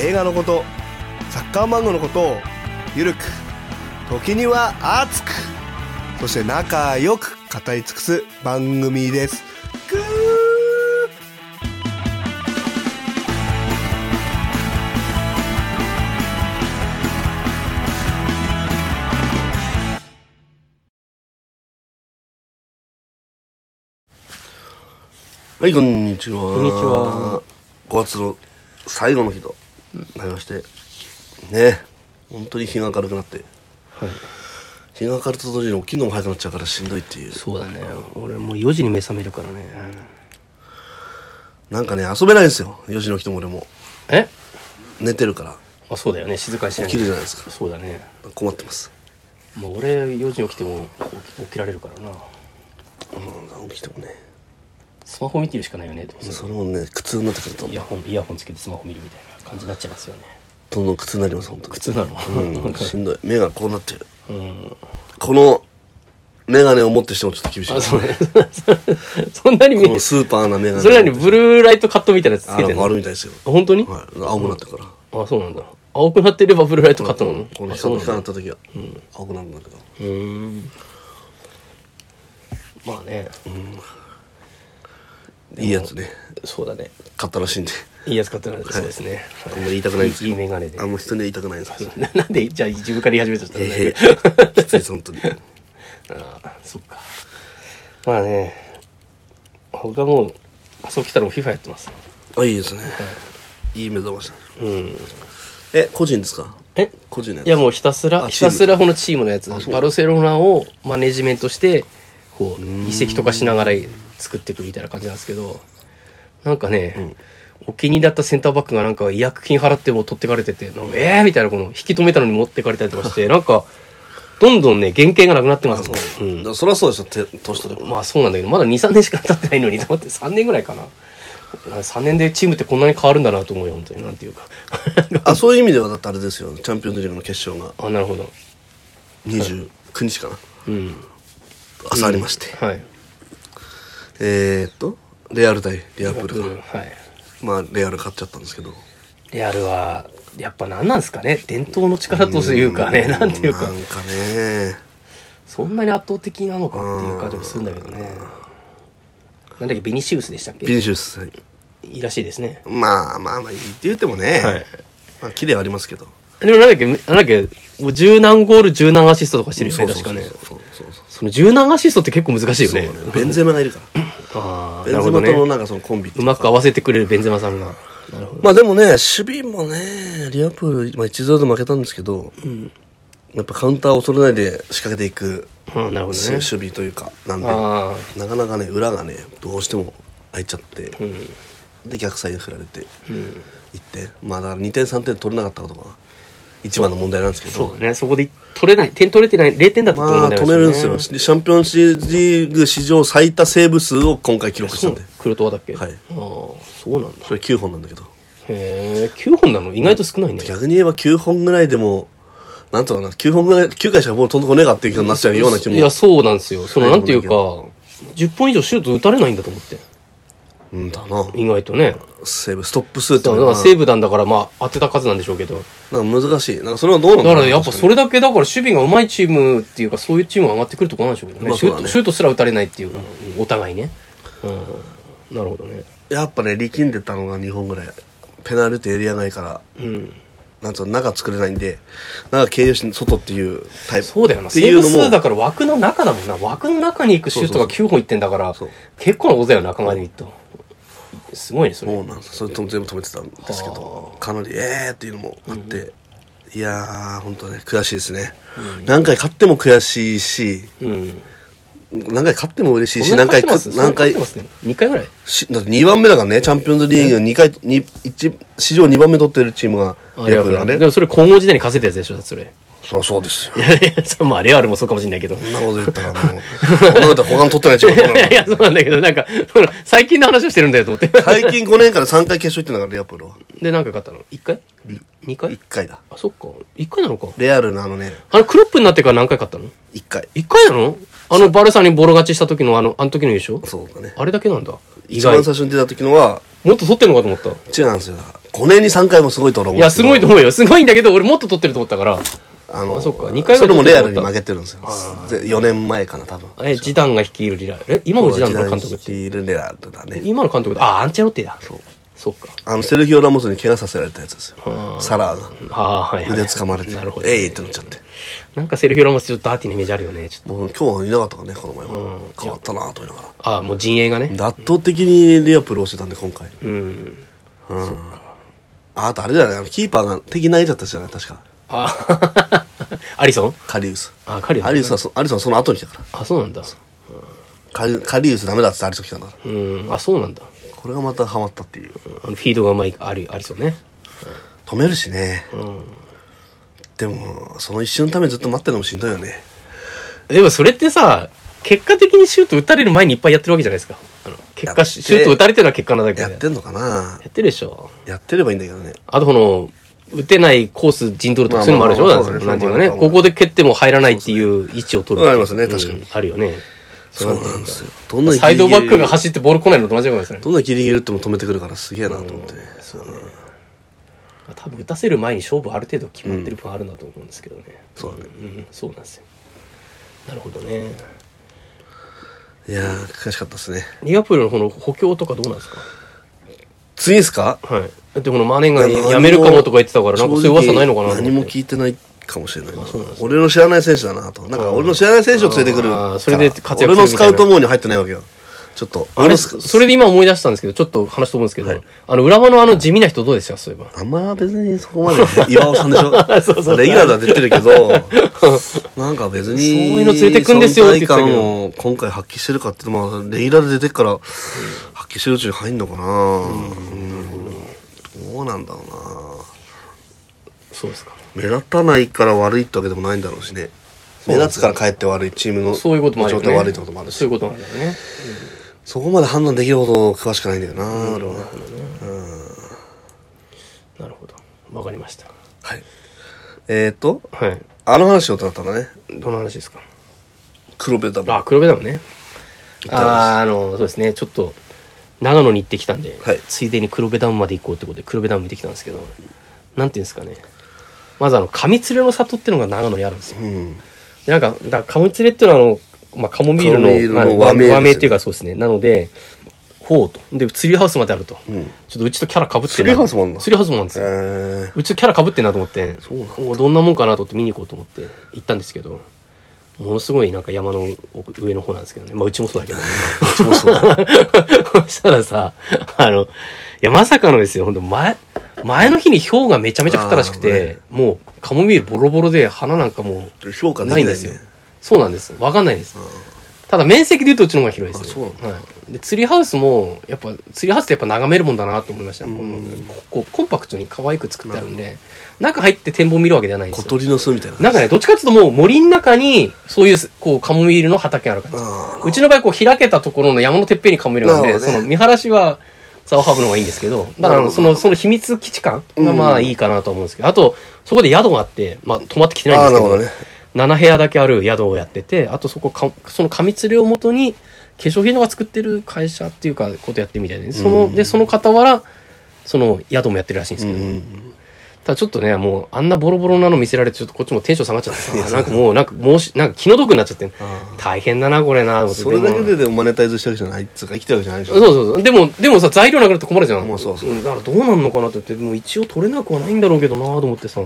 映画のことサッカー漫画のことをゆるく時には熱くそして仲良く語り尽くす番組ですぐーはい、こんにちは。こんにちは。 5月の最後の日となりまして、ね、本当に日が明るくなって、はい、日が明ると同時に起きるのも早くなっちゃうからしんどいっていうそうだね俺もう4時に目覚めるからねなんかね遊べないんですよ4時の起きても俺もえ寝てるからあそうだよね静かにしない起きるじゃないですかそうだね困ってますもう俺4時に起きても起き起きられるからなうん起きてもねスマホ見てるしかないよねどうせそれもね苦痛になってくるとイヤホンイヤホンつけてスマホ見るみたいな感じになっちゃいますよねどんどん苦痛になります本当普通なのうんしんどい目がこうなってるうんこの眼鏡を持ってしてもちょっと厳しいあそうね そんなに見こえのるスーパーな眼鏡それなりにブルーライトカットみたいなやつつあけなてんんかのあるみたいですよ本当に、はい青くなってるからあそうなんだ青くなってればブルーライトカットなのこのあそ光うがなん光だった時は青くなるんだけどうーんまあね、いいやつねそうだね買ったらしいんでいいやつ買ってないそうですね。あんまり言いたくないんですけどいいいい眼鏡であんま人には言いたくないんですけどな なんで、じゃあ自分から言い始めちゃったんだええけきついです本当にど。ああ、そっか。まあね、僕はもう、朝起きたらもう FIFA やってます。あいいですねいい目覚ましだうん。え個人ですかえ個人のやついやもうひたすら、あひたすらこのチームのやつ、バルセロナをマネジメントして、こう、移籍とかしながら作っていくみたいな感じなんですけど、なんかね、お気に入りだったセンターバックがなんか医薬品払っても取ってかれてて、なんかえーみたいなこの引き止めたのに持ってかれたりとかして、なんか、どんどんね、原型がなくなってますもん。うんだからそりゃそうでしょて年取ればまあそうなんだけど、まだ2、3年しか経ってないのに、 と思って3年ぐらいかな。3年でチームってこんなに変わるんだなと思うよ、本当に。なんていうか。 あそういう意味ではだってあれですよチャンピオンズリーグの決勝があ、なるほど。 29日かなうん。朝ありまして、はい。えー、っとレアル対リアプールがはい。まあレアル勝っちゃったんですけどレアルは、やっぱ何なんですかね。伝統の力というかね、なんていうかな、んかねそんなに圧倒的なのかっていう感じもするんだけどね。なんだっけ、ビニシウスでしたっビけニシウスはいいいらしいですね。まあまあまあいいって言ってもね、はいまあ綺麗はありますけどでもなんだっけ、なんだっけ、もう十何ゴール、十何アシストとかしてるよね、確かね。そうそうそうその十何アシストって結構難しいよそうね。そうベンゼマがいるからああ、ベなンるゼほマどねと。のなんかそのコンビっていううまく合わせてくれるベンゼマさんが。なるほど。まあでもね、守備もね、リアプール、まあ、1-0で負けたんですけど、やっぱカウンターを恐れないで仕掛けていく、うん、なるほどね守。備というか、なんで、あなかなかね、裏がね、どうしても開いちゃって、あ、うん。で、逆サイド振られて、いって、まあだから2点、3点取れなかったことが、一番の問題なんですけそどう、だね。そこで取れない、点取れてない、0点だったと思まうあんだ止めるんですよ。チャンピオンシリーグ史上最多セーブ数を今回記録したんで、黒党だっけはいああ、そうなんだ。それ9本なんだけど、へえ、9本なの意外と少ないね。逆に言えば9本ぐらいでも、なんとかな、9本ぐらい、9回しかもう飛んでこねえかっていう気になっちゃうような気も。いや、そうなんですよ。その、はないんていうか、10本以上シュート打たれないんだと思って。うんだな。意外とね。セーブ、ストップ数ってだのかがら、セーブなんだから、まあ、当てた数なんでしょうけど。なんか難しい。なんかそれはどうなだんだかろらうやっぱそれだけだから守備が上手いチームっていうかそういうチームが上がってくるとこなんでしょうけどね,、まあシそうュだーねトシュートすら打たれないっていうか、お互いね、うん、なるほどねやっぱね、力んでたのが2本ぐらい。ペナルティーエリア外から、うんなんつうの、中作れないんで、中経由して外っていうタイプ。そうだよなってセいーうブの数だも、から枠の中だもんな枠の中に行くシュートが9本いってんだからそう結構なことだよな考えてみるとすごいねそもれうなんですそれとも全部止めてたんですけど、かなり、えーっていうのもあって、いやー、本当ね、悔しいですね。何回勝っても悔しいし、うん何回勝っても嬉しいし、そんな何に勝回っかてます、何回そんなに勝って、ますね。2回ぐらい。しだって2番目だからね、チャンピオンズリーグ2回、に一史上2番目取ってるチームがあヤれクルトだでね。もそれ混合時代に稼いだやつでしょ、だってそれ。そうそうですよ。いやいや、それ まあレアルもそうかもしれないけ ど。そんなこと言ったらもう、そんなこと言ったら他の取ってないチームいだから やいや、そうなんだけど、なんか、その最近の話をしてるんだよと思って。最近5年から3回決勝行ってんだから、レアプロは。で、なんか勝ったの ?1 回 ?2 回1回だ。あ、そっか。1回なのか。レアルのあのね、あの、クロップになってから何回勝ったの1回。 ?1 回なのあの、バルサにボロ勝ちした時の、あの、あの時の優勝そうだね。あれだけなんだ。意一外。番も最初に出た時のは、っと取ってんのかと思った。違うんですよ。5年に3回もすごいと俺思う。いや、すごいと。と思うよ。すごいんだけど、俺もっと取ってると思ったから。あの、あそっか二回ぐらいそれもレアルに負けてるんですよ。4年前かな、多分。え、ジダンが率いるリラ。え、今のジダンの監督って。いるレアルだね。今の監督だ。あ、アンチェロッティだ。そう。そっか。あの、セルヒオ・ラモスに怪我させられたやつですあよ。サラーが。ああー、はい、はい。腕掴まれて、なるほど。えいってなっちゃって。なんかセルフィオラモスちょっとダーティーなイメージあるよね。ちょっもう今日はいなかったからね、この前は。変わったなと思いながと。ああ、もう陣営がね。ら。圧倒的にレアプロをしてたんで、今回。うん。あ、あとあれだよね、あのキーパーが敵投げちゃったじゃない、確か。あ アリソンカリウス。あ、カリオアリウスはそ、アリウスはその後に来たから。あ、そうなんだ。カリカリウスダメだっつってアリウス来たんだから。うん。あ、そうなんだ。これがまたハマったっていう。あのフィードがうまいアリアリソンね。止めるしね。でも、その一瞬のためにずっと待ってるのもしんどいよね。でもそれってさ、結果的にシュート打たれる前にいっぱいやってるわけじゃないですか。あの結や果、ってシュート打たれてるのは結果なだけで。やってんのかなやってるでしょ。やってればいいんだけどね。あとこの、打てないコース陣取るとかそういうのもあるでしょ、まあまあまあだってなんていうかそうね。ですねここで蹴っても入らないっていう位置を取るっていう。ありますね確かにうんあるよね。そうなんですよ。どんなにサイドバックがギリギリ走ってボール来ないのと同じようなことですよね。どんなギリギリ打っても止めてくるからすげえなと思ってね。多分打たせる前に勝負ある程度決まってる分あるんだと思うんですけどね、そうだね。うん、そうなんですよなるほどねいやー、悔しかったですね。リアプールのこの補強とかどうなんですか次ですかはいだってこのマネがやめるかもとか言ってたからなんかそういう噂ないのかな正直何も聞いてないかもしれないな。俺の知らない選手だなと。なんか俺の知らない選手を連れてくるあーそれで活躍するみたいな俺のスカウト網に入ってないわけよ。ちょっと。あ俺れのそスそれで今思い出したんですけどちょっと話飛ぶんですけど、あの浦和のあの地味な人どうでしたそういえばあんま別にそこまで、 岩尾さんでしょ そうそうレギュラーだって言ってるけ ど、なんか別に、そういうの連れてくんですよって言ってたけ存ど在感を今回発揮してるかって、まあ、レギュラーで出てっから、発揮してるうちに入んのかなうんどうなんだろそうですかうな目立たないから悪いってわけでもないんだろうしね。目立つからかえって悪いチームのそういうこともあるよ状ね態悪いってこともあるしそういうことなんだよねそこまで判断できるほど詳しくないんだよな、俺はなるほどわかりましたはい。えー、っと、はいあの話をだったんだね。どの話ですか黒部ダブル。あ、黒部ダムたね。んですあーあの、そうですね、ちょっと、長野に行ってきたんで、はいついでに黒部ダムまで行こうってことで、黒部ダム見てきたんですけど、なんていうんですかね。まず、あの、上連れの里っていうのが長野にあるんですよ。うん。でなんか、だから上連れっていうのは、あの、まあ、カモミールカモミールののまあ和名ですよね和名っていうか、そうですね。なので、ほうと。で、ツリーハウスまであると。んちょっとうちとキャラ被ってるなツリーハウスもあんのツリーハウスもあるんですえよ。ー、うちのキャラ被ってんなと思ってそうなんだおどんなもんかなと思って見に行こうと思って行ったんですけどものすごいなんか山の奥上の方なんですけどねまあうちもそうだけど、そうそう。そしたらさあのいやまさかのですよほんと前前の日に氷がめちゃめちゃ降ったらしくて、もうカモミールボロボロで花なんかも評う価できなないいんねですよそうなんですわかんないです、ただ面積で言うとうちの方が広いですあよそうはい、でツリーハウスもやっぱツリーハウスってやっぱ眺めるもんだなと思いました、ここうコンパクトに可愛く作ってあるんで中入って展望見るわけではないんで小すよ鳥の巣みたいな。なんかねどっちかっていうともう森の中にそういうこうカモミールの畑がある感じあうちの場合こう開けたところの山のてっぺんにカモミールがあるんで、なるほどそねの見晴らしはザワハブの方がいいんですけどだからそのその秘密基地感がまあいいかなと思うんですけど、あとそこで宿があって、まあ、泊まってきてーないんであー、すなけるどほどね。 7部屋だけある宿をやっててあとそこかその紙釣りをもとに化粧品とか作ってる会社っていうかことやってるみたいでその,、でその傍らその宿もやってるらしいんですけど、ただちょっとねもうあんなボロボロなの見せられてちょっとこっちもテンション下がっちゃってさなんかもうなんかもうしなんか気の毒になっちゃって大変だなこれなと思ってそれだけでもででもマネタイズしてるわけじゃないっつうか、生きてるわけじゃないでしそうょ。そうそうでもでもさ材料なくなると困るじゃんもうそうそうんだからどうなんのかなって言ってもう一応取れなくはないんだろうけどなと思ってさ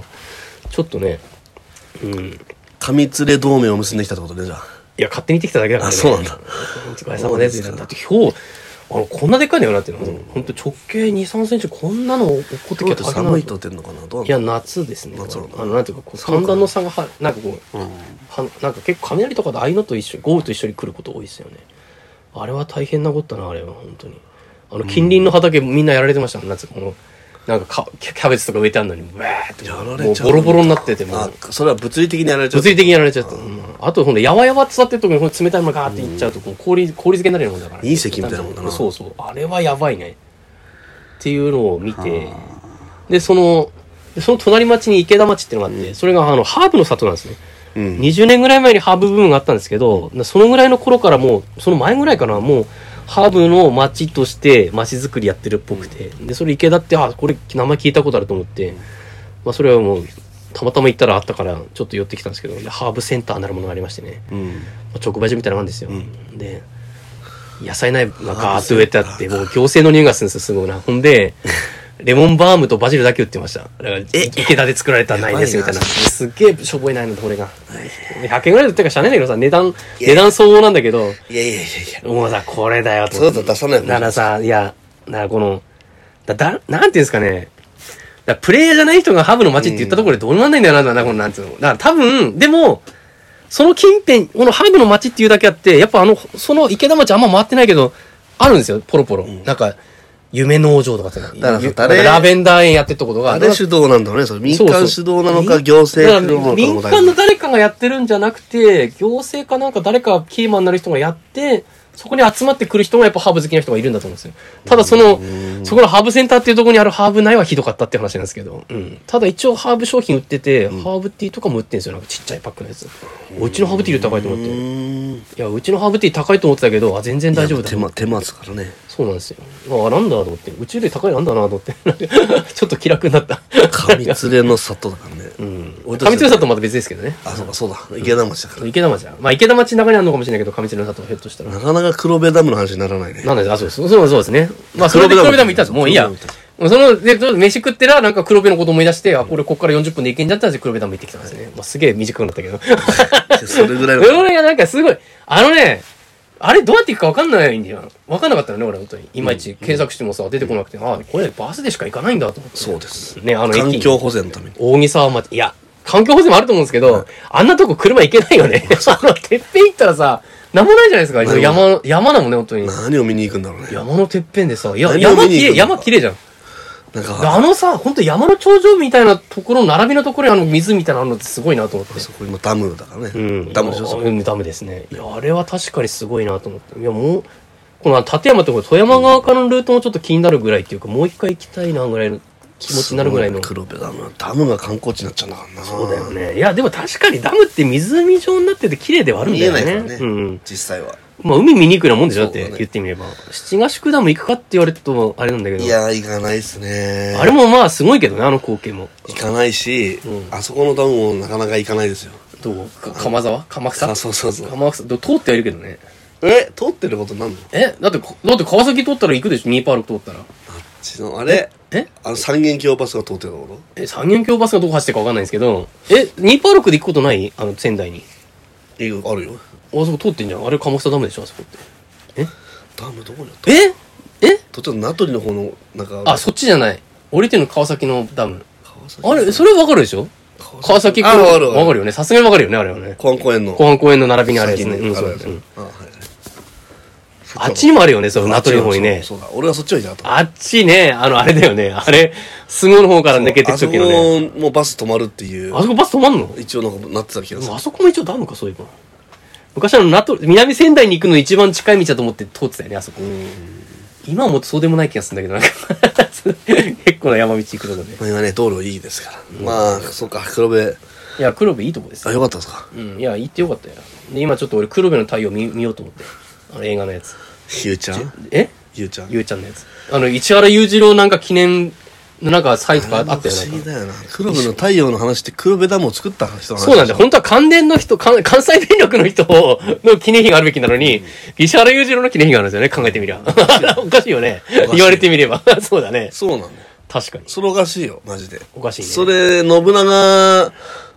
ちょっとねうん紙連れ同盟 を結んできたってことね、じゃあ。いや、勝手に行ってきただけだから、ね。あそうなんだ。お疲れ様です。だって今日、あのこんなでっかいんだよなっていうのは、ほんと直径2、3センチ、こんなの落っこって今日きってた寒いと出んのかなどういや、なの夏ですね。夏なのあの、なんていうか、こう寒暖の差がは、なんかこう、うんはなんか結構雷とかでああいうのと一緒に豪雨と一緒に来ること多いですよねあれは大変なことだなあれは本当にあの近隣の畑みんなやられてましたもん夏このなんかかキャキャベツとか植えてあるのにブワーってやらもれうちゃうボロボロになっててもあうそれは物理的にやられちゃう物理的にやられちゃった、うんあとほんでやわやわ伝ってるとこにほんと冷たいのがガーっていっちゃうとこう氷氷漬けになるようなもんだから隕石みたいなもんだなそうそうあれはやばいねっていうのを見てでそのでその隣町に池田町っていうのがあって、それがあのハーブの里なんですねうん20年ぐらい前にハーブブームがあったんですけど、そのぐらいの頃からもう、その前ぐらいかな、もう、ハーブの町として町づくりやってるっぽくて、で、それ池田って、あ、これ名前聞いたことあると思って、まあそれはもう、たまたま行ったらあったから、ちょっと寄ってきたんですけど、でハーブセンターなるものがありましてね、うんまあ直売所みたいなもんですよ。んで、野菜苗がガーッと植えてあって、もう行政の匂いがするんですよ、すごいな。ほん で、レモンバームとバジルだけ売ってました。だから、池田で作られた苗ですみたいやな。ばいすっげえしょぼい苗なんだ、これが。100円ぐらいで売ってるか知らないんだけどさ、値段、値段相応なんだけど、いやいやいやいやもうさ、これだよと。それだと出さないもんだからさ、いや、だからこの、だ、だ、なんていうんですかね。だからプレイヤーじゃない人がハブの街って言ったところでどうにもなんないんだよな、だからこのなんつうの。だから多分、でも、その近辺、このハブの街っていうだけあって、やっぱあの、その池田町あんま回ってないけど、あるんですよ、ポロポロ。なんか、夢農場とかさ、だからさ誰ラベンダー園やってるとことが、あれ主導なんだろうねそれ民そうそう間主導なのか行政主導なのか民も間の誰かがやってるんじゃなくて、行政かなんか誰かキーマンになる人がやって、そこに集まってくる人がやっぱハーブ好きな人がいるんだと思うんですよ。ただその、そこのハーブセンターっていうところにあるハーブ内はひどかったって話なんですけど、うん。ただ一応ハーブ商品売ってて、ハーブティーとかも売ってるんですよ。なんかちっちゃいパックのやつ。おうちのハーブティーより高いと思って。うんいや、うちのハーブティー高いと思ってたけど、あ、全然大丈夫だ手。間手間ですからねそうなんですよ。あ、なんだと思って。うちより高いのあんだなと思って。 ちょっと気楽に なった。上連れの里だからねうん。俺上たち津さんとまた別ですけどね。あそうかそうだ池田町だから池田町だ。まあ、池田町の中にあるのかもしれないけど、上地の里ひょっとしたら。なかなか黒部ダムの話にならないねなんで、あ、そうです。そうそうですね。まあ、それ黒部ダでム黒部ダム行ったんです。もういいや。黒も部ダムうその、で、ちょっと飯食ってら、なんか黒部のこと思い出して、あ、これこっから40分で行けんじゃったんで黒部ダム行ってきたんですね。まあ、すげえ短くなったけど。それぐらいの俺がなんかすごい、あのね、あれどうやって行くか分かんないんだよ。分かんなかったよね、俺、本当に。いまいち検索してもさ、出てこなくて、あ、これバスでしか行かないんだと思って。そうですねあの駅環境保全のために大木沢町、いや、環境保全もあると思うんですけど、あんなとこ車行けないよ ね。あの、てっぺん行ったらさ、なんもないじゃないですか。ない山の、山だもんね、本当に。何を見に行くんだろうね山のてっぺんでさ、いや、何を山見にき行れくのい、山きれいじゃん。なんかあのさ、本当山の頂上みたいなところ、並びのところにあの水みたいなのあるのってすごいなと思って。そこ今ダムだからうんねダムでしょそこうんダムですね。いや、あれは確かにすごいなと思って。いや、もう、この立山ってこれ富山側からのルートもちょっと気になるぐらいっていうか、もう一回行きたいなぐらいの気持ちになるぐらいの。黒部ダムダムが観光地になっちゃうんだからなそうだよね。いや、でも確かにダムって湖状になってて綺麗ではあるんだ見えよないね。からね、うん。実際はまあ、海見に行くようなもんでしょだっそうてだね言ってみれば。七ヶ宿ダム行くかって言われると、あれなんだけど。いや行かないですねあれもまあすごいけどね、あの光景も。行かないし、うんあそこのダムもなかなか行かないですよどうか鎌沢鎌草あそうそうそう鎌草。ど通ってはいるけどね。え通ってることなんのあっえだってこ、だって川崎通ったら行くでしょニーパール通ったら。ちのあれえあの三元橋バスが通ってるところえ、三元橋バスがどこ走ってるかわかんないんですけど。え、ニーパールクで行くことないあの、仙台に。えあるよあそこ通ってんじゃん。あれ鎌草ダムでしょあそこって。ダムどこにあったええ途中の名取の方のなんかあ、そっちじゃない。降りてるの川崎のダム。川崎あれ、それわかるでしょ川崎あるあるわかるよね。さすがにわかるよね、あれはね。公安公園の後半公園の並びにあるやつ先ね。にうん、あそるうやつうんあはいはいあっちにもあるよね、そう、名取の方にね。そうそうだ俺はそっちを行ったとあっちね、あの、あれだよね。あれ、菅生の方から抜けてく時のね。あそこもうバス止まるっていうあそこバス止まんの一応なんかなってた気がすでるもあそこも一応ダムか、そういえば。昔あの、名取、南仙台に行くの一番近い道だと思って通ってたよね、あそこ。今はもうそうでもない気がするんだけど、なんか 結構な山道行くとこで。まあ今ね道路いいですから、まあそっか黒部いや、黒部いいとこですあよかったですかうん、いや、行ってよかったよ。で、今ちょっと俺、黒部の太陽見見ようと思って。あの映画のやつ。ゆうちゃんえゆうちゃんゆうちゃんのやつ。あの、市原裕次郎なんか記念のなんか祭とかあったよ不思議ね。だよな黒部の太陽の話って黒部ダムを作った人の話そうなんだよ。本当は関電の人、関関西電力の人の記念碑があるべきなのに、石原裕次郎の記念碑があるんですよね。考えてみりゃ。おかしいよねかし。い言われてみれば。そうだね。そうなんだよ確かに。それおかしいよマジでおかしいねそれ信長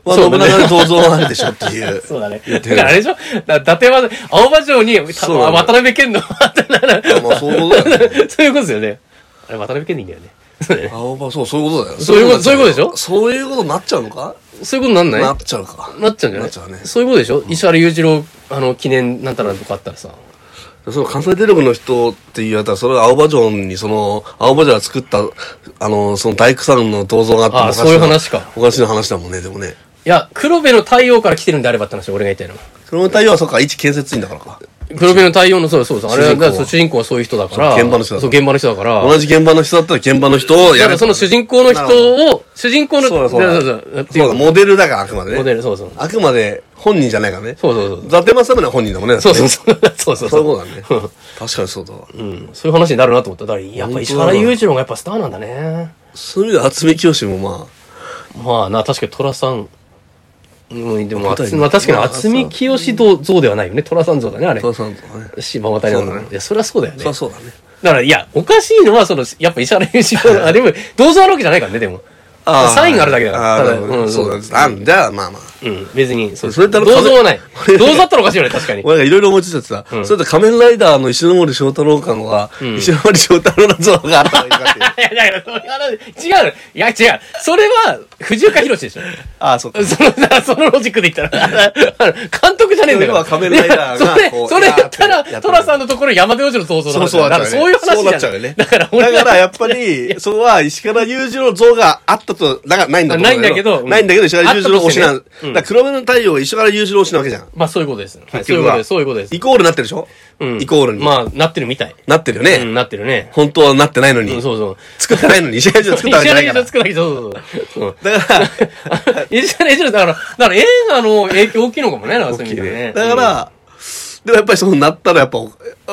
はそう信だね長の銅像はあるでしょっていう。 そうだね。言だってかるらあれでしょだ伊達は、青葉城に、たそうだね渡辺謙の、 まあそういうことだよね。そういうことですよね。あれ、渡辺謙でいいんだよね。そうだね青葉、そう、そういうことだよ。そういうことそういうことでしょそういうことになっちゃうのかそういうことなんないなっちゃうか。なっちゃうんじゃなないっちゃうねそういうことでしょ石原裕次郎、あの、記念なんたらとかあったらさ。その関西電力の人って言われたら、それは青葉城に、その、青葉城が作った、あの、その大工さんの銅像があってもああおかしそういう話かおかしな話だもんね、でもね。いや、黒部の太陽から来てるんであればって話、俺が言いたいのは。その太陽はそっか、一建設員だからか。黒部の太陽の、そうそうそう。あれは、主人だ公からそう主人公はそういう人だから。そう現場の人だそう、現場の人だから。同じ現場の人だったら現場の人をだやからる。その主人公のなる人を、主人公の、そうだそうだだ。そうだっていそううだ、モデルだから、あくまでね。モデル、そうそう。あくまで本人じゃないからね。そうそうそう伊。達政宗は本人だもんね。だってそうねそうそう。そうそそううそう。いうことだね。確かにそうだわ。うん。そういう話になるなと思った。だから、やっぱ石原裕次郎がやっぱスターなんだね。そういう意味では渥美清もままあな、確かに寅さん。うん、でも、あ答えつまあ確かにまあ厚み清像像ではないよね。寅さん像だね、ああ、れ。寅さんとかね。柴又にあるそうのだねいや、そりゃそうだよね。そりゃそうだね。だから、いや、おかしいのは、その、やっぱ石原裕次郎、あ、でも、銅像あるわけじゃないからね、でも。サインがあるだけだから。ああ、たなだるほどうねん、そうだね。あん、じゃあ、まあまあ。うん、別に、そう。それだ銅ろ像はない。俺銅像だったらおかしいよね、確かに。俺がいろいろ思いついちゃってさ、それと仮面ライダーの石ノ森章太郎感は、石ノ森章太郎の像があった方がいいかっていう。 いや、だから、それは違う。いや、違う。それは、藤岡弘でしょ。ああ、そうか。その、 だからそのロジックで言ったら、 あの監督じゃねえんだよ。要は仮面ライダーがいやこう それ、それやーやっったてやら、ってトラさんのところ山田洋次の想像そうそうだから、そういう話そうじなゃっんちゃうよね。だから、俺だからら、やっぱり、そこは石原裕次郎像があったと、だからないんだと思うないんだけどうんないんだけど石原裕次郎推しあなっん。ただとかしてねうんら黒目の太陽は石原裕次郎推しなわけじゃん。まあ、そういうことです。はい結そうい局うこはとです。そういうことですイ。コールなってるでしょうんイコールに。まあ、なってるみたい。なってるようね。ん、なってるね。本当はなってないのうん、に。そうそう。作ってないのに、石原裕次郎作ったわけ石じゃな原い裕か次郎作らないそうそうそう。うんら。だから、 石原裕次郎、だから、だから映画の影響大きいのかもね、なんかそういう意味でね。だから、でもやっぱりそうなったらやっぱ、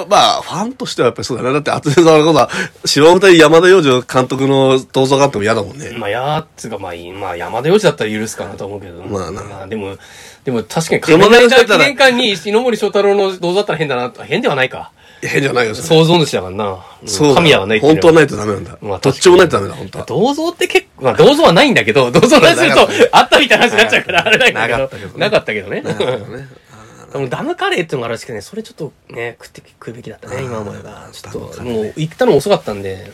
まあ、ファンとしてはやっぱりそうだよね。だって、厚手さんのことは、白舞台山田洋次郎監督の銅像があっても嫌だもんね。まあ、やーっつうか、まあいい、まあ、山田洋次だったら許すかなと思うけど。まあなでも、でも確かに、仮面ライダー記念館に石ノ森章太郎の銅像だったら変だな、変ではないか。変じゃないよ、それ想像主だからな。そう。神はないっていう本の当はないとダメなんだ。まあどっちもないとダメだ、本当は。銅像って結構、まあ、銅像はないんだけど、銅像の話するなとかったね、あったみたいな話になっちゃうから、あれだけなかっどたけど。ねなかったけどね。なるほどねでもダムカレーっていうのがあるんですけどね、それちょっとね、食って食うべきだったね、今思えば。ちょっと、もう行ったの遅かったんで、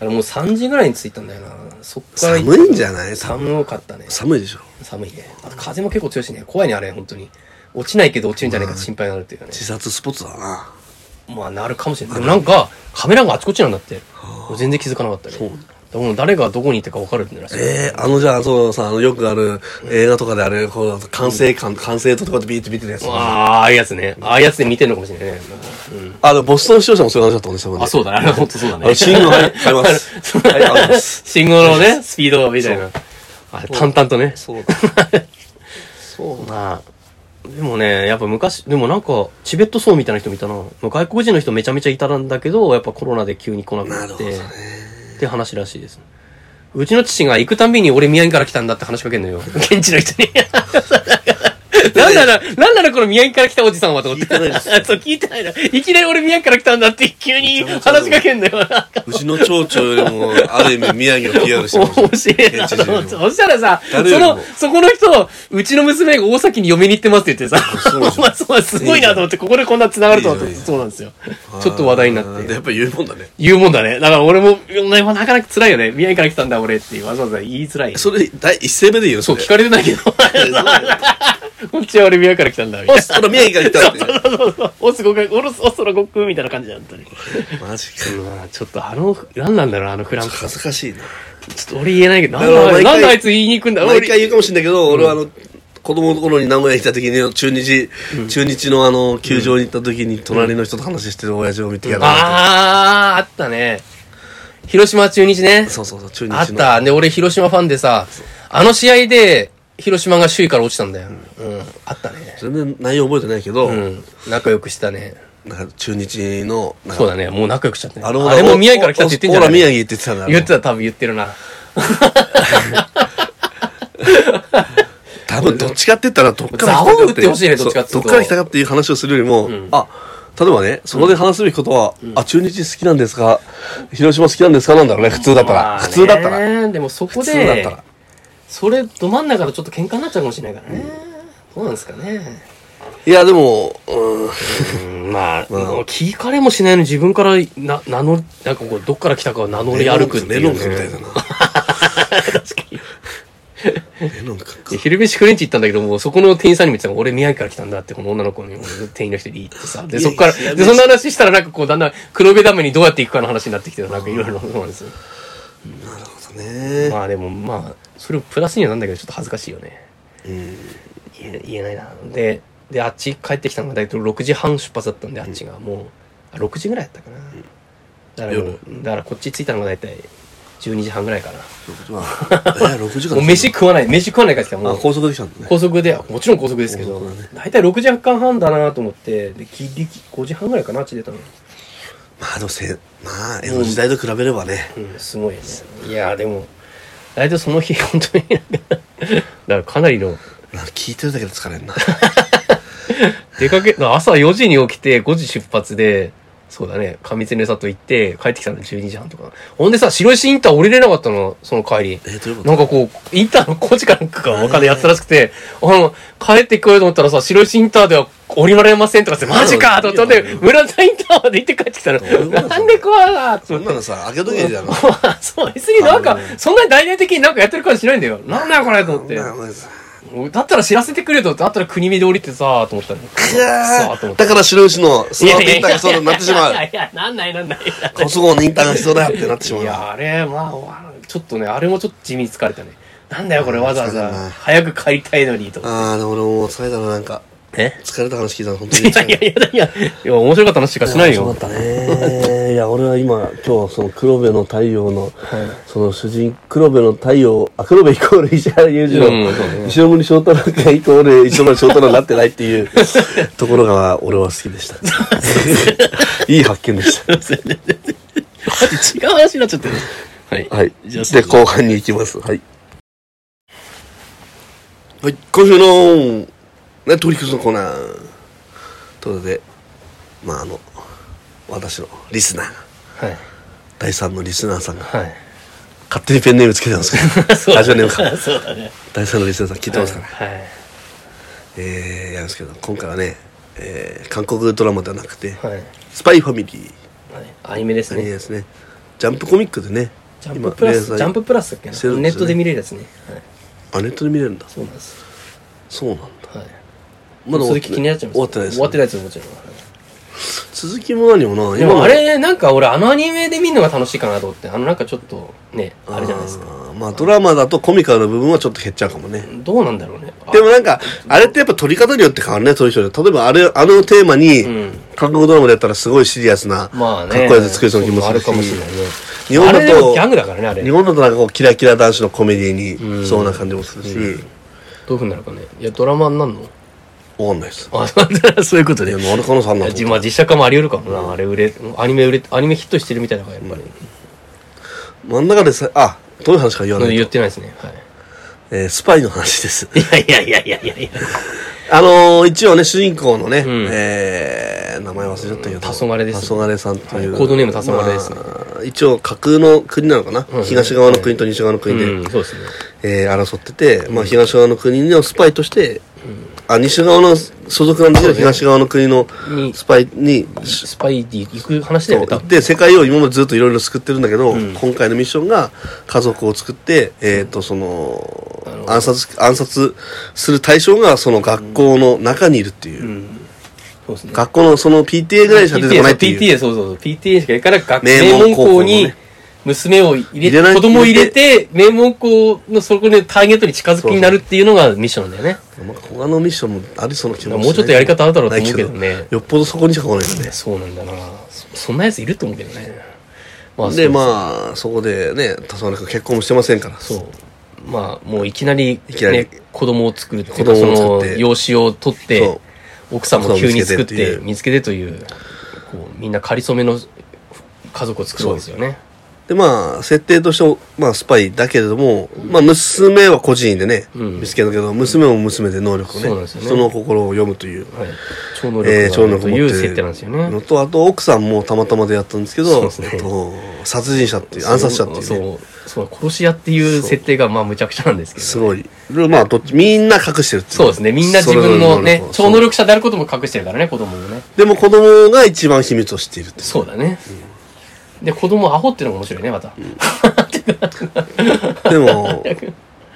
あれもう3時ぐらいに着いたんだよな。そっから行っ 寒いんじゃない寒寒かったね。寒いでしょ。寒いね。あと風も結構強いしね、怖いね、あれ、本当に。落ちないけど落ちるんじゃないかって心配になるっていうかね。自殺スポーツだな。まあ、なるかもしれない。でもなんか、カメラがあちこちなんだって。もう全然気づかなかったね。でも誰がどこにいてか分かるんだらしい。ええあのじゃあ、そうさ、あの、よくある映画とかであれ、こう、完成感、完成ととかでビーって見てるやつ。ああ、ああいうやつね。ああいうやつで見てるのかもしれないね。うんあ、でもボストン視聴者もそういう話だったもんね、そういうあ、話 そうだね。あれは本当そうだあね。の信号変え変えます。はいありがとうございます 信号 のね、スピードみたいな。あれ、淡々とね。そうだ。そうだ。まあ、でもね、やっぱ昔、でもなんか、チベット層みたいな人もいたな。まあ外国人の人めちゃめちゃいたんだけど、やっぱコロナで急に来なくななっるほて、どねって話らしいです。うちの父が行くたんびに俺宮城から来たんだって話しかけん のよ。現地の人に。 なんなら、なんならこの宮城から来たおじさんはと思って。聞いてないで そう、聞いてないな。いきなり俺宮城から来たんだって急に話しかけんのよ。なんかうちの町長よりも、ある意味宮城を PR してま面す。白いな現地人よりもそしたらさ、そ誰よりもの、そこの人、うちの娘が大崎に嫁に行ってますって言ってさ、そうでしょまあそうすごいなと思って、ここでこんな繋がると思って、いいじゃんいいそうなんですよ。ちょっと話題になっでて。やっぱり言うもんだね。言うもんだね。だから俺も、なかなか辛いよね。宮城から来たんだ俺ってわざわざ言いづらい。それ、第一声目で言うよ、そう、れ聞かれてないけど。こっちは俺宮城から来たんだ、みたいおな。っ、そら宮城から来たって。そうそうそう。おすごく、おろす、おそらごっくんみたいな感じだったね。マジか。うわちょっとあの、なんなんだろう、あのフランクさ。恥ずかしいな。ちょっと俺言えないけど、なんだからだ毎回なんであいつ言いに行くんだ毎俺回言うかもしれないけど、俺はあの、子供の頃に名古屋にいた時に、中日、中日のあの、球場に行った時に、隣の人と話してる親父を見てやだなあー、あったね。広島中日ねと。。そうそうそう、中日の。あった。で、俺広島ファンでさ、あの試合で、広島が首位から落ちたんだよ。うん。あったね。全然内容覚えてないけど、うん。仲良くしてたね。なんか中日の、なんそうか、だね。もう仲良くしちゃってね。あのあれも宮城から来たって言ってんじゃなオーラい宮城って言ってたんだ言ってた、多分言ってるな。多分どっちかって言ったらどっからザオ打ってほしいねそうどっちかっていうとどっから来たかっていう話をするよりも、あ例えばねそこで話すべきことは、あ中日好きなんですか広島好きなんですかなんだろうね普通だったら、まあね普通だったらでもそ普こ通だっでたら、それど真ん中だとちょっと喧嘩になっちゃうかもしれないからね、どうなんですかねいや、でも、うん。うんまあ、聞かれもしないのに自分からな名乗りなんかこうどっから来たかを名乗り歩くっていレう、ノンズみたいだなな。 確かにレノンか。で昼飯フレンチ行ったんだけどもうそこの店員さんにも言ってたの俺宮城から来たんだってこの女の子に店員の人に言ってさでそっからでそんな話したらなんかこうだんだん黒部ダムにどうやって行くかの話になってきてなんかいろいろそうなんですよそうね。まあでもまあそれをプラスにはなんだけどちょっと恥ずかしいよねうん。言え言えないなでであっち帰ってきたのが大体6時半出発だったんであっちがもう、あ6時ぐらいやったかな、だから夜だからこっち着いたのが大体12時半ぐらいかなまあ、えー、6時間。もう飯食わない飯食わないから来たもあ、う高速できたんだね。高速でもちろん高速ですけど、高速だ大体6時間半だなと思ってで切り5時半ぐらいかなあっち出たの、まあ、でもせ、まあ、江戸時代と比べればね。うん、すごいねいやでも大体その日本当になんか だからかなりのまあ聞いてるだけで疲 れんな。出かけ、 朝4時に起きて、5時出発で、そうだね、上常里行って、帰ってきたの12時半とか。ほんでさ、白石インター降りれなかったの、その帰り。えー、どういうこなんとかこう、インターの工事かなんかがお金やってたらしくて、あの、帰ってこようと思ったらさ、白石インターでは降りられませんとかって、マジかと思って、で村田インターまで行って帰ってきたの。ういうことなんで怖いなとそん思ってな。のさ、開けとけばいいじゃん。な そう、別になんか、そんなに大々的になんかやってる感じしないんだよ。なんだよこれと思っんてな。のさだったら知らせてくれと思って、だったら国見で降りてさ、と思ったの。さと思ってだから白石のスマートインターがそうなってしまうい。やいや、なんないなんない。高速のインターが必要だよってなってしまういな。や、あれ、まあ、ちょっとね、あれもちょっと地味に疲れたね。なんだよ、これわざわ疲れたなざ、早く帰りたいのに、と。あー、でも俺もう疲れたな、なんか。え疲れた話聞いたの、本当いにや疲いれた。やいやいや、いや、面白かった話しかしないよ。ったね。いや、俺は今、今日、その黒部の太陽の、その主人、黒部の太陽、あ、黒部イコール石原裕次郎、うんそうね後ろ森章太郎がイコール石森章太郎になってないっていうところが、俺は好きでした。 いい発見でした。だ って違う話になっちゃってる。はい。はい。じゃあで、後半に行きます。はい。はい、今週の、ね、トリックスのコーナー。ということで、まあ、あの、私のリスナーが、はい。第3のリスナーさんが、はい。、勝手にペンネームつけてますけど そうラだジオネーねムか。。そうだね。第3のリスナーさん聞いてますから。はい。えー、やるんですけど、今回はね、えー、韓国ドラマではなくて、はい。スパイファミリー、はいアニメです何ね。ですね、ジャンプコミックでね、ジャンププラ今連ス、載ジャンププラスだっけしてるなんネですよねットで見れるやつね。はい。あ、ネットで見れるんだ。そうなんです。そうなんだ。はい。まだそれ気になっちゃいます終わってないです、終わってないですよ、もちろん。続きも何もな、でものあれなんか俺あのアニメで見るのが楽しいかなと思ってあのなんかちょっとねあれじゃないですかあーまあドラマだとコミカルな部分はちょっと減っちゃうかもね。どうなんだろうねあでもなんか、あれってやっぱ撮り方によって変わるね、撮り人で。例えばあれ、あのテーマに、うん韓国ドラマでやったらすごいシリアスな、まあねかっこいいやつ作れそうな気もするしそうあるかもしれないね日本あれだでともギャングだからねあれ日どう本だとなんかこう、キラキラ男子のコメディに、そうな感じもするし、いうふうになるかねいやドラマになるのわかんないです。あ そういうこといでや、あれかなさんなんだとまあ実写化もあり得るかもなあれ売れアニメ売れアニメヒットしてるみたいだからやっぱり真ん中でさ、あ、どういう話か言わうなんい言っと。てないですねはいえースパイの話です。いやいやいやいやいやあのー一応ね、主人公のね、んえー名前忘れちゃったけど。黄昏です黄昏さんという。はいコードネーム黄昏ですねまあ一応、架空の国なのかな、うん東側の国と西側のう国で、んそうですねえー争ってて、まあ、東側の国のスパイとして、あ、西側の所属なんだけど、そうね東側の国のにスパイに、しスパイディ行く話そだようね多行っ分て、世界を今までずっといろいろ救ってるんだけど、今回のミッションが家族を作って、えっ、と、その、暗殺、暗殺する対象がその学校の中にいるっていう。そうですね学校のその PTA ぐらいしか出てこないっていう。 PTA そうそうそう PTA しか行かなく学名名門門高校の校ねに娘を入入れれない子供を入れて名門校のそこでターゲットに近づきになるっていうのがミッションなんだよねまあ他のミッションもありそうな気もしないもうちょっとやり方あるだろうと思うけどねないよっぽどそこにしか来ないよね。そうなんだなそそんなやついると思うけどねまあで、あまあ、そこでね、田沢君結婚もしてませんから。そうまあもういきなりいきなりね子供を作るっていう子かそ供を作っのて養子を取っそうて奥さんも急に作奥さんを見つけてっっていてう見つけてというこうみんな仮初めの家族を作るわけですよねで、まあ、設定としても、まあ、スパイだけれども、まあ、娘は個人でね、うん見つけたけど、娘も娘で能力をね、そうなんですよね人の心を読むという、はい、超能えー力超が能あ力るとをい持うって設定なんですよね。のと、あと、奥さんもたまたまでやったんですけそうど、ですねえっと、殺人者っていう、暗殺者っていう、ね、そうそう殺し屋っていう設定がまあむちゃくちゃなんですけどすごい。まあ、どっち、みんな隠してるっていそうですねみんな自分のねそ超れぞれ能力者であることも隠してるからね子供もねそうでも子供が一番秘密を知っているって。そうだね、で子供アホっていうのが面白いねまた、で も、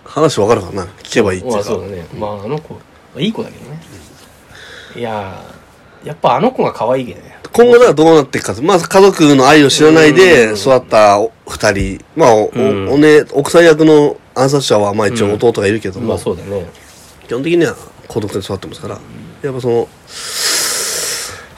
話わかるかな聞けばいいっていうまあか。そうだね、まああの子いい子だけどね、いやーやっぱあの子が可愛いけどね今後だからどうなっていくかと。まず家族の愛を知らないでうん育ったお二人。まあ、お、うんおおね、奥さん役の暗殺者はまあ一応弟がいるけどまも、あそうだね基本的には孤独で育ってますから。やっぱその、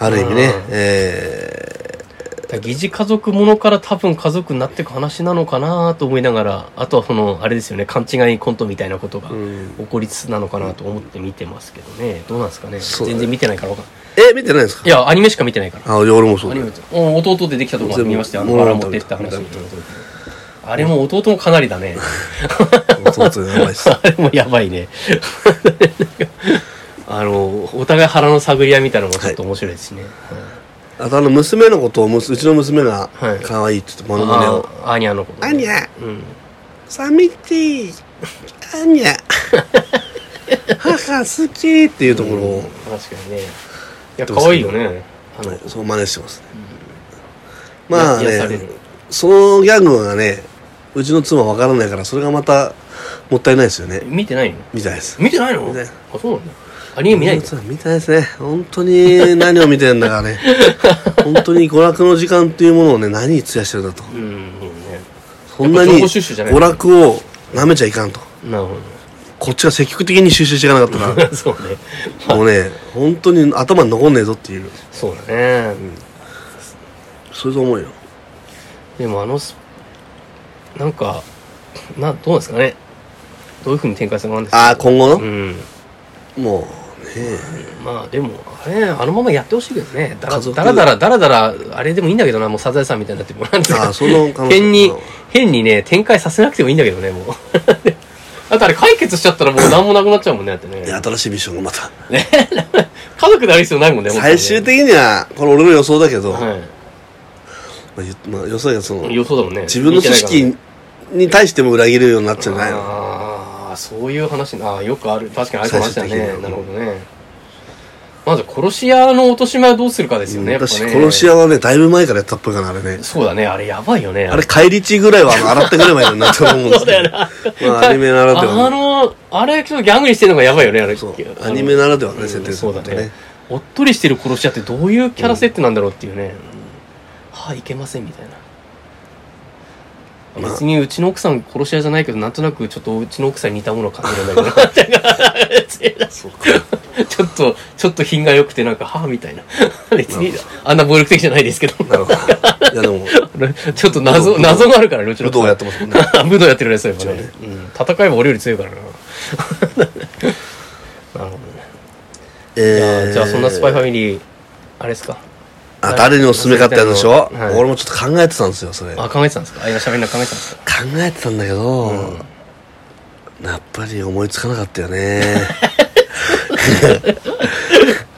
ある意味ねうん、えだから疑似家族ものから多分家族になっていく話なのかなと思いながらあとはそのあれですよね勘違いコントみたいなことがうん起こりつつなのかなと思って見てますけどねどうなんですかねそうだね全然見てないからわかんないー、え、見てないですかいやアニメしか見てないからあ、いや俺もそアうニだよメお弟でできたとこまで見ましたよあの全部バラ持ってった話見た見あれも弟もかなりだね弟やばいっす。あれもやば いねあのお互い腹の探り合いみたいなのもちょっと面白いですね、あとあの娘のことをむすうちの娘がはい可愛いって言ってモあノマネを。あアーニャのことアニャうんサミティア ニャ母好きっていうところを、確かにねいや可愛いよねあの、そう真似してますね。まあ癒されねる、そのギャグがね、うちの妻わからないから、それがまたもったいないですよね。見てないのみたいです。見てないの見てないあそうなんだアニメ見ないうのちの妻見たいですね。本当に何を見てるんだか ね。本当に娯楽の時間っていうものをね、何に費やしてるんだと。うんうんねそんなにやっぱ情報収集じゃない娯楽を舐めちゃいかんと。なるほ こっちが積極的に収集していかなかったどそうねら、もうね、本当に頭に残んねえぞっていう、そうだね、そういう思うよ。でもあのスなんかなどうなんですかねどういうふうに展開するのかなんですああ、け今後どうの、んもうね、まあでもあれあのままやってほしいけどねだら家族だらだらだらだらあれでもいいんだけどなもうサザエさんみたいになってもなんですあかあ、その可能性も変に変にね展開させなくてもいいんだけどねもう だってあれ解決しちゃったらもう何もなくなっちゃうもんねだってねで新しいミッションがまた。家族である必要ないもんね本当にね最終的には、これ俺の予想だけど、まはあ言まあ、予想だけど、その、い、予想だもんね自分の組織に対しても裏切るようになっちゃうんじゃないのああそういう話ああよくある確かにありました最終ね的になるほどねまず殺し屋の落とし前はどうするかですよねやっぱね私、殺し屋はね、だいぶ前からやったっぽいから、あれね。そうだねあれやばいよねあれ、返り血ぐらいはあの洗ってくればいいのになと思うんですそうけだよど。なまあ、アニメならではのあのあれちょっとギャングにしてるのがやばいよねあれそうあのアニメならではのねうん設定ですそようだ本当ねねおっとりしてる殺し屋ってどういうキャラ設定なんだろうっていうね、はいけませんみたいなまあ別にうちの奥さん殺し屋じゃないけどなんとなくちょっとうちの奥さんに似たものを感じるんだけど そうかちょっとちょっと品が良くてなんか母みたいな別にあんな暴力的じゃないですけど なるほど。いや、でも、ちょっと謎謎があるからねうちの武奥道やさんってますもんね。あ 武道やってるねそういえばね、うん、戦えば俺より強いからな なるほどね、いやーじゃあそんなスパイファミリーあれですかあ誰におすすめかってやるんでしょ、はい俺もちょっと考えてたんですよそれ考あ考えてたんですかあ今喋りながら考えてたんですかえてたんだけど、やっぱり思いつかなかったよね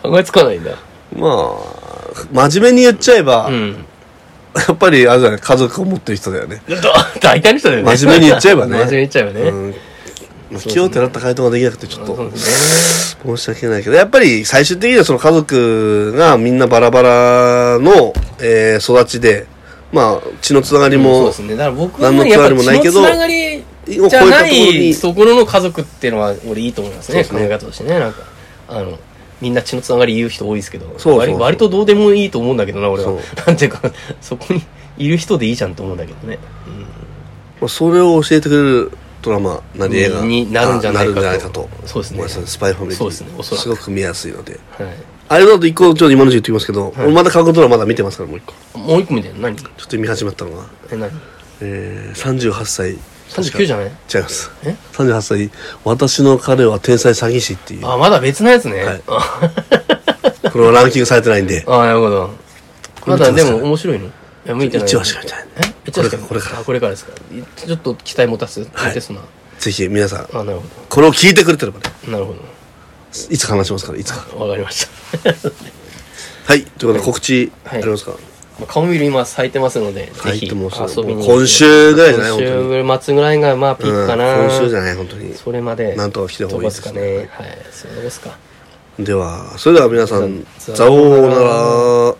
考えつかないんだ まあ真面目に言っちゃえば、うやん っぱりあれじゃない家族を持ってる人だよね、だ大体の人だよね真面目に言っちゃえばね真面目に言っちゃえばね、うんまあ気をてらった回答ができなくてちょっそとうです申ねし訳ないけどやっぱり最終的にはその家族がみんなバラバラの、えー育ちでまあ血のつながりそうも、ですねだから僕は何のねやつわっりぱ血もないのけつどながりを超えじゃたなところいにところの家族っていうのは俺いいと思いますねそうそう考え方としてねなんかあのみんな血のつながり言う人多いですけどそうそう割割とどうでもいいと思うんだけどな俺はそなんていうかそこにいる人でいいじゃんと思うんだけどね、まあ、それを教えてくれるドラマなり映画にになるんじゃないかとあるんじゃないかとそうですねまあスパイファミリーそうですねおそらくすごく見やすいのではい、あれだと一個ちょっと今のうち言っておきますけど、いまだ韓国ドラマまだ見てますからもう一個ちもう一個みたいな何ょっと見始まったのが、え何えー、38歳39じゃないない違いますえ38歳私の彼は天才詐欺師っていうあまだ別のやつね、はいあこれはランキングされてないんであなるほどまだ見てでますも面白いのいや向いてない1話しか見てないえ一ちですかこれからあこれからですかちょっと期待持たすはいでそなぜひ皆さん、あなるほこれを聞いてくれてればね、どなるほいつか話しますから、いつか。どわかりましたはい、ということで告知あはいりますか、まあ顔見る今咲いてますのでぜ入ひって遊びにも来うて今週ぐらいじゃない今本当に。週末ぐらいがまあピークかな、うん今週じゃない本当にそれまでなんとか来てほしいでですすかねねはいそうですかではそれでは皆さんさザオーなら